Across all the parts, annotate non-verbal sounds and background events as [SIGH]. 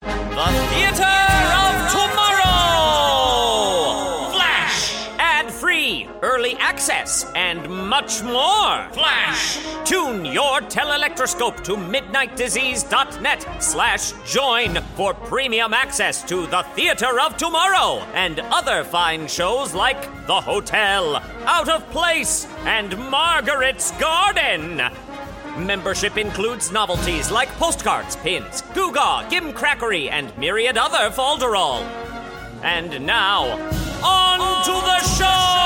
The Theater of Tomorrow! Flash! Ad free, early access, and much more! Flash! Tune your telelectroscope to midnightdisease.net slash join for premium access to The Theater of Tomorrow and other fine shows like The Hotel, Out of Place, and Margaret's Garden! Membership includes novelties like postcards, pins, Googaw, Gim Crackery, and myriad other folderol. And now, on, to the show!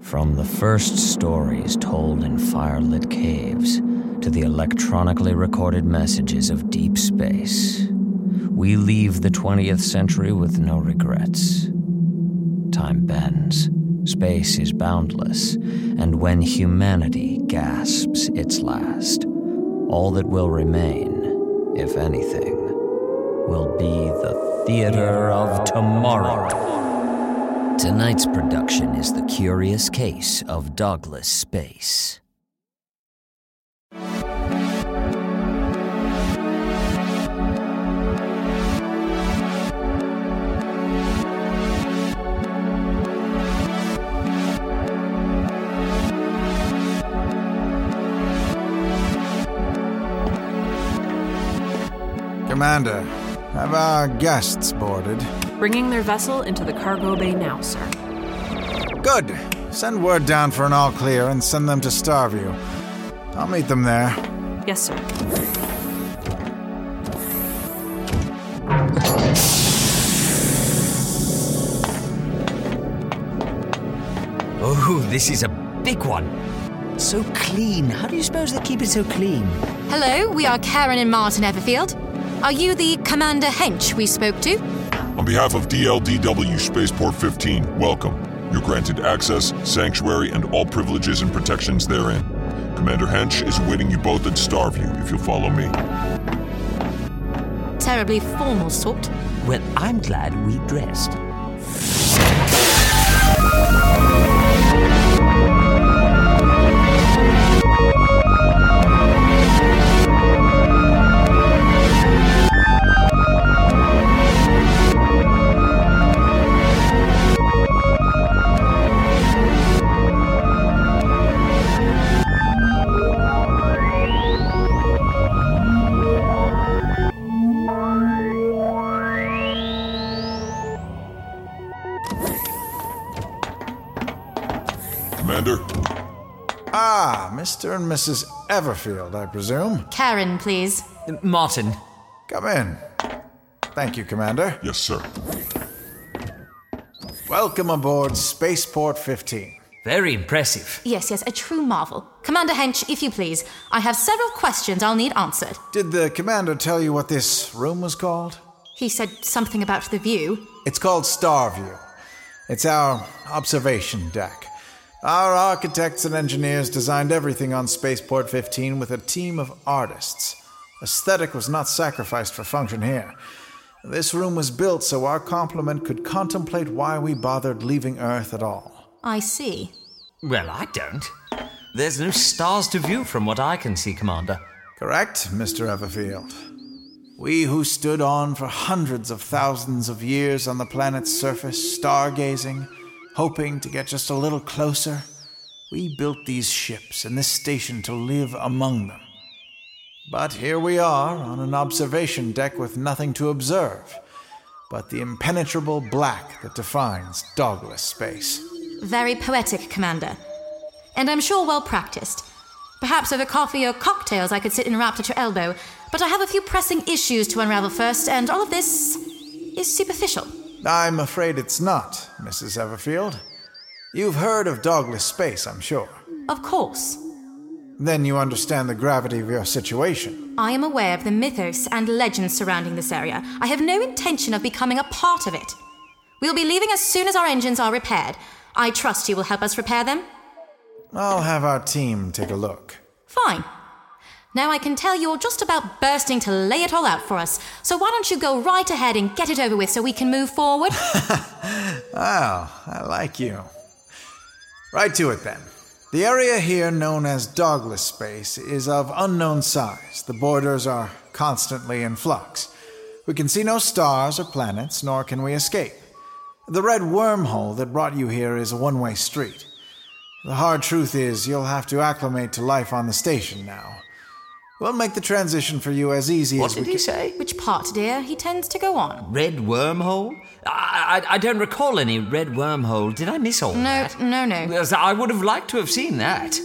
From the first stories told in firelit caves to the electronically recorded messages of deep space, we leave the 20th century with no regrets. Time bends, space is boundless, and when humanity gasps its last, all that will remain, if anything, will be the theater of tomorrow. Tonight's production is The Curious Case of Douglas Space. Commander, have our guests boarded? Bringing their vessel into the cargo bay now, sir. Good. Send word down for an all clear and send them to Starview. I'll meet them there. Yes, sir. Oh, this is a big one. So clean. How do you suppose they keep it so clean? Hello, we are Karen and Martin Everfield. Are you the Commander Hench we spoke to? On behalf of DLDW Spaceport 15, welcome. You're granted access, sanctuary, and all privileges and protections therein. Commander Hench is awaiting you both at Starview if you'll follow me. Terribly formal sort. Well, I'm glad we dressed. Commander, Ah, Mr. and Mrs. Everfield, I presume. Karen, please. Martin. Come in. Thank you, Commander. yes, sir. Welcome aboard Spaceport 15. Very impressive. Yes, yes, a true marvel. Commander Hench, if you please, I have several questions I'll need answered. Did the Commander tell you what this room was called? He said something about the view. It's called Starview. It's our observation deck. Our architects and engineers designed everything on Spaceport 15 with a team of artists. Aesthetic was not sacrificed for function here. This room was built so our complement could contemplate why we bothered leaving Earth at all. I see. Well, I don't. There's no stars to view from what I can see, Commander. Correct, Mr. Everfield? We who stood on for hundreds of thousands of years on the planet's surface, stargazing, hoping to get just a little closer, We built these ships and this station to live among them. But here we are on an observation deck with nothing to observe but the impenetrable black that defines dogless space. Very poetic, Commander. And I'm sure well practiced. Perhaps over coffee or cocktails I could sit and rapt at your elbow, but I have a few pressing issues to unravel first, and all of this is superficial. I'm afraid it's not, Mrs. Everfield. You've heard of dogless space, I'm sure. Of course, Then you understand the gravity of your situation. I am aware of the mythos and legends surrounding this area. I have no intention of becoming a part of it. We'll be leaving as soon as our engines are repaired. I trust you will help us repair them. I'll have our team take a look. Fine. Now I can tell you're just about bursting to lay it all out for us, so why don't you go right ahead and get it over with so we can move forward? Oh, I like you. Right to it then. The area here known as dogless space is of unknown size. The borders are constantly in flux. We can see no stars or planets, nor can we escape. The red wormhole that brought you here is a one way street. The hard truth is, you'll have to acclimate to life on the station now. We'll make the transition for you as easy What as we did can. he say? Which part, dear? He tends to go on. Red wormhole? I, I, I don't recall any red wormhole. Did I miss all No, that? no, no. Yes, I would have liked to have seen that.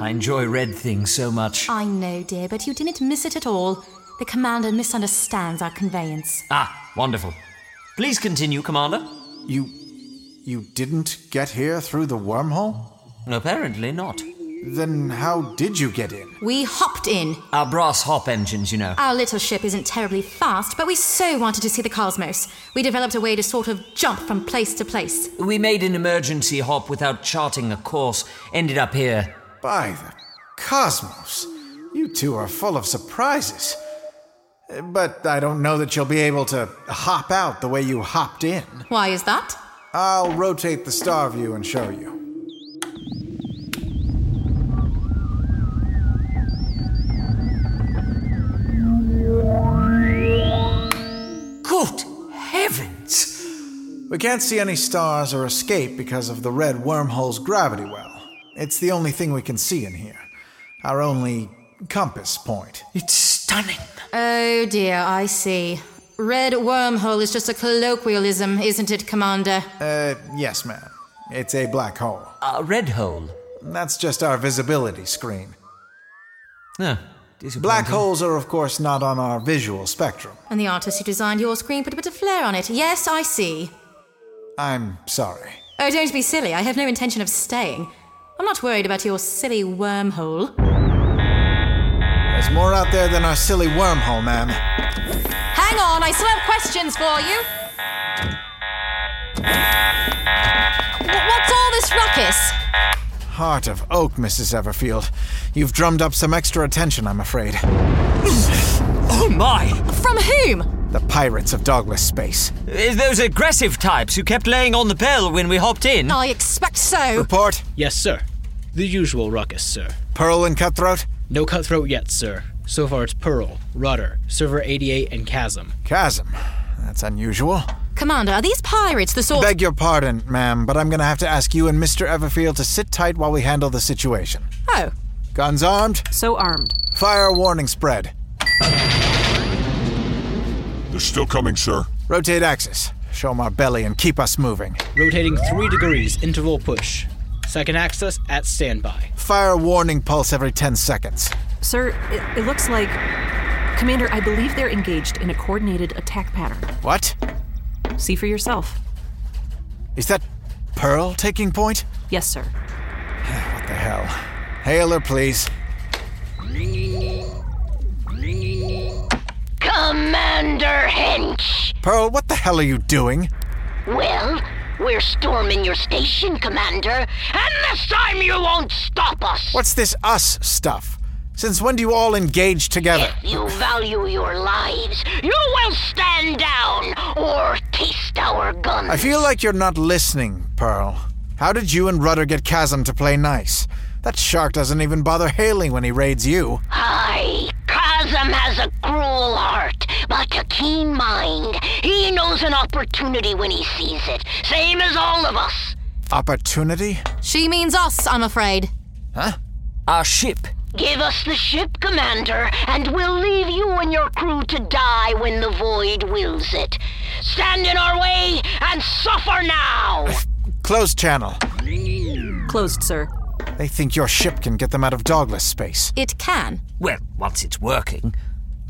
I enjoy red things so much. I know, dear, but you didn't miss it at all. The commander misunderstands our conveyance. Ah, wonderful. Please continue, Commander. You. You didn't get here through the wormhole? Apparently not. Then how did you get in? We hopped in. Our brass hop engines, you know. Our little ship isn't terribly fast, but we so wanted to see the cosmos. We developed a way to sort of jump from place to place. We made an emergency hop without charting a course, ended up here. By the cosmos, you two are full of surprises. But I don't know that you'll be able to hop out the way you hopped in. Why is that? I'll rotate the star view and show you. Good heavens! We can't see any stars or escape because of the red wormhole's gravity well. It's the only thing we can see in here. Our only compass point. It's stunning. Oh dear, I see. Red wormhole is just a colloquialism, isn't it, Commander? Uh, yes, ma'am. It's a black hole. A red hole. That's just our visibility screen. No. Black Mm-hmm. holes are, of course, not on our visual spectrum. And the artist who designed your screen put a bit of flair on it. Yes, I see. I'm sorry. Oh, don't be silly. I have no intention of staying. I'm not worried about your silly wormhole. There's more out there than our silly wormhole, ma'am. Hang on, I still have questions for you. Wh- What's all this ruckus? Heart of oak, Mrs. Everfield. You've drummed up some extra attention, I'm afraid. Oh my! From whom? The pirates of dogless space. It's those aggressive types who kept laying on the bell when we hopped in. I expect so. Report, Yes, sir. The usual ruckus, sir. Pearl and Cutthroat. No cutthroat yet, sir. So far it's Pearl, Rudder, Server 88, and Chasm. Chasm. That's unusual. Commander, are these pirates the sort. Beg your pardon, ma'am, but I'm gonna have to ask you and Mr. Everfield to sit tight while we handle the situation. Oh. Guns armed, So armed. fire warning spread. They're still coming, sir. Rotate axis. Show 'em our belly and keep us moving. Rotating 3 degrees, interval push. Second axis at standby. Fire warning pulse every 10 seconds. Sir, it, it looks like. Commander, I believe they're engaged in a coordinated attack pattern. What? See for yourself. Is that Pearl taking point? Yes, sir. What the hell? Hail her, please. Commander Hench! Pearl, what the hell are you doing? Well, we're storming your station, Commander, and this time you won't stop us! What's this us stuff? Since when do you all engage together? If you value your lives, you will stand down or taste our guns. I feel like you're not listening, Pearl. How did you and Rudder get Chasm to play nice? That shark doesn't even bother hailing when he raids you. Aye, Chasm has a cruel heart, but a keen mind. He knows an opportunity when he sees it, same as all of us. Opportunity? She means us, I'm afraid. Huh? Our ship. Give us the ship, Commander, and we'll leave you and your crew to die when the void wills it. Stand in our way and suffer now! Closed channel. Closed, sir. They think your ship can get them out of dogless space. It can. Well, once it's working.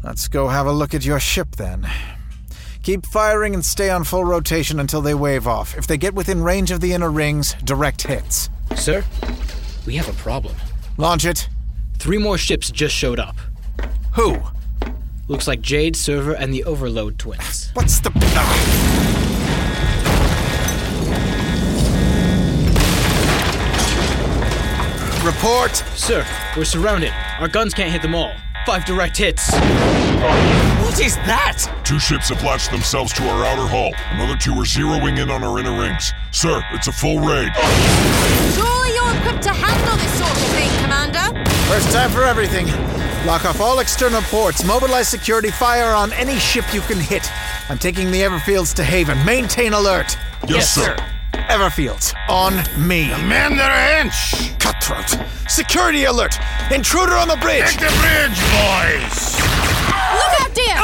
Let's go have a look at your ship then. Keep firing and stay on full rotation until they wave off. If they get within range of the inner rings, direct hits. Sir, we have a problem. Launch it. Three more ships just showed up. Who? Looks like Jade, Server, and the Overload twins. What's the. Ah! Report! Sir, we're surrounded. Our guns can't hit them all. Five direct hits. What is that? Two ships have latched themselves to our outer hull. Another two are zeroing in on our inner rings. Sir, it's a full raid. Surely you're equipped to handle this sort of thing, Commander. First time for everything. Lock off all external ports. Mobilize security. Fire on any ship you can hit. I'm taking the Everfields to Haven. Maintain alert. Yes, sir. Everfields, on me. Commander Hench! Cutthroat. Security alert. Intruder on the bridge. Take the bridge, boys! Look out, dear!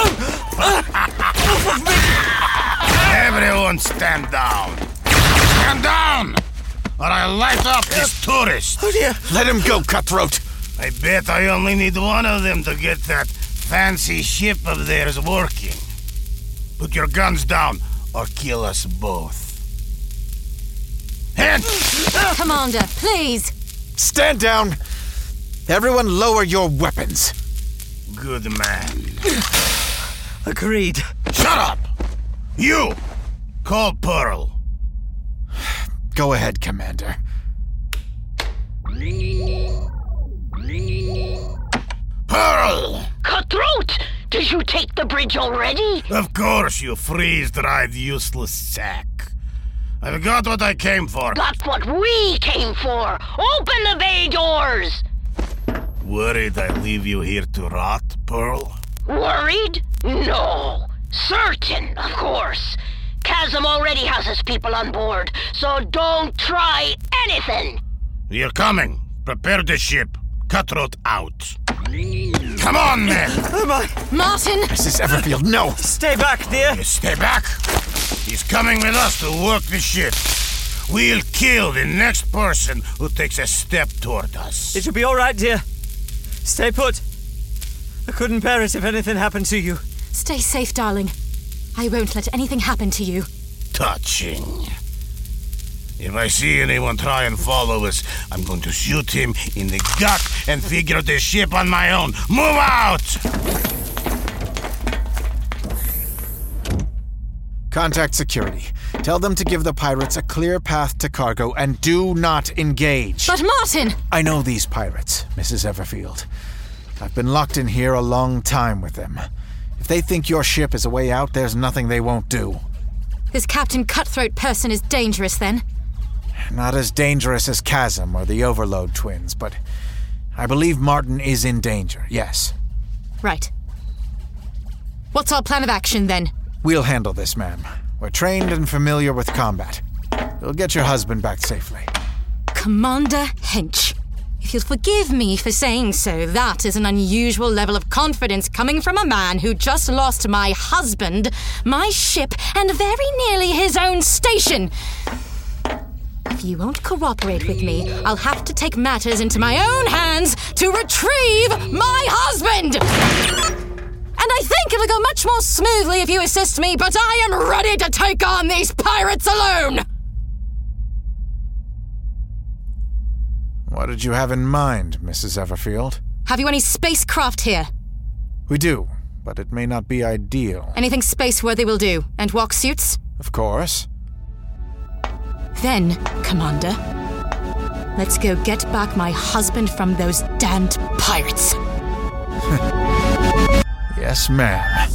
Everyone stand down! Stand down! Or I'll light up this tourist! Oh dear. Let him go, Cutthroat. I bet I only need one of them to get that fancy ship of theirs working. Put your guns down, or kill us both. Hench! Commander, please. Stand down. Everyone lower your weapons. Good [SIGHS] man. Agreed. Shut up! You! Call Pearl. Go ahead, Commander. Pearl! Cutthroat! Did you take the bridge already? Of course, you freeze dried useless sack. I've got what I came for. Got what we came for! Open the bay doors! Worried I leave you here to rot, Pearl? Worried? No. Certain, of course. Chasm already has his people on board, so don't try anything. You're coming. Prepare the ship. Cutthroat out. Come on, man! Martin, Mrs. Everfield, no. Stay back, dear. You stay back! He's coming with us to work the ship. We'll kill the next person who takes a step toward us. It'll be all right, dear. Stay put. I couldn't bear it if anything happened to you. stay safe, darling. I won't let anything happen to you. touching. If I see anyone try and follow us, I'm going to shoot him in the gut and figure the ship on my own. Move out! Contact security. Tell them to give the pirates a clear path to cargo and do not engage. [LAUGHS] But Martin! I know these pirates, Mrs. Everfield. I've been locked in here a long time with them. If they think your ship is a way out, there's nothing they won't do. This Captain Cutthroat person is dangerous then. Not as dangerous as Chasm or the Overload twins, but I believe Martin is in danger, yes. Right. What's our plan of action then? We'll handle this, ma'am. We're trained and familiar with combat. We'll get your husband back safely. Commander Hench. If you'll forgive me for saying so, that is an unusual level of confidence coming from a man who just lost my husband, my ship, and very nearly his own station. If you won't cooperate with me, I'll have to take matters into my own hands to retrieve my husband! And I think it'll go much more smoothly if you assist me, but I am ready to take on these pirates alone! What did you have in mind, Mrs. Everfield? Have you any spacecraft here? We do, but it may not be ideal. Anything space worthy will do. And walk suits? Of course. Then, Commander, let's go get back my husband from those damned pirates. Yes, ma'am.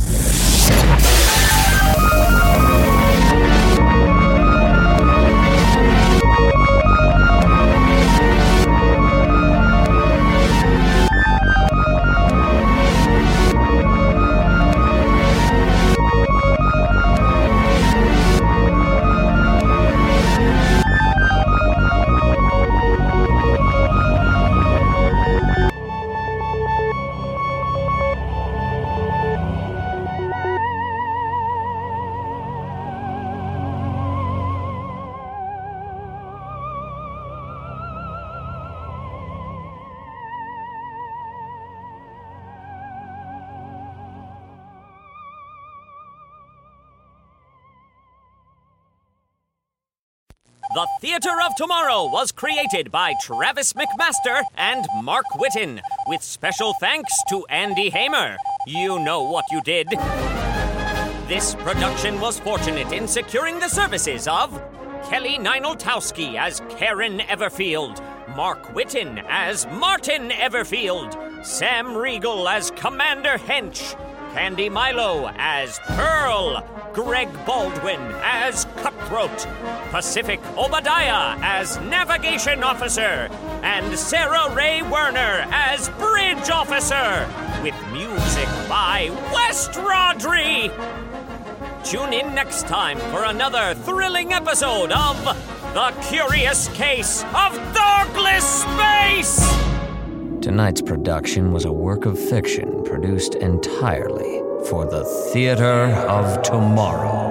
The Theater of Tomorrow was created by Travis McMaster and Mark Witten, with special thanks to Andy Hamer. You know what you did. This production was fortunate in securing the services of Kelly Ninoltowski as Karen Everfield, Mark Witten as Martin Everfield, Sam Regal as Commander Hench, Candy Milo as Pearl, Greg Baldwin as Cutthroat, Pacific Obadiah as Navigation Officer, and Sarah Ray Werner as Bridge Officer, with music by West Rodri. Tune in next time for another thrilling episode of The Curious Case of Douglas Space! Tonight's production was a work of fiction produced entirely for the Theater of Tomorrow.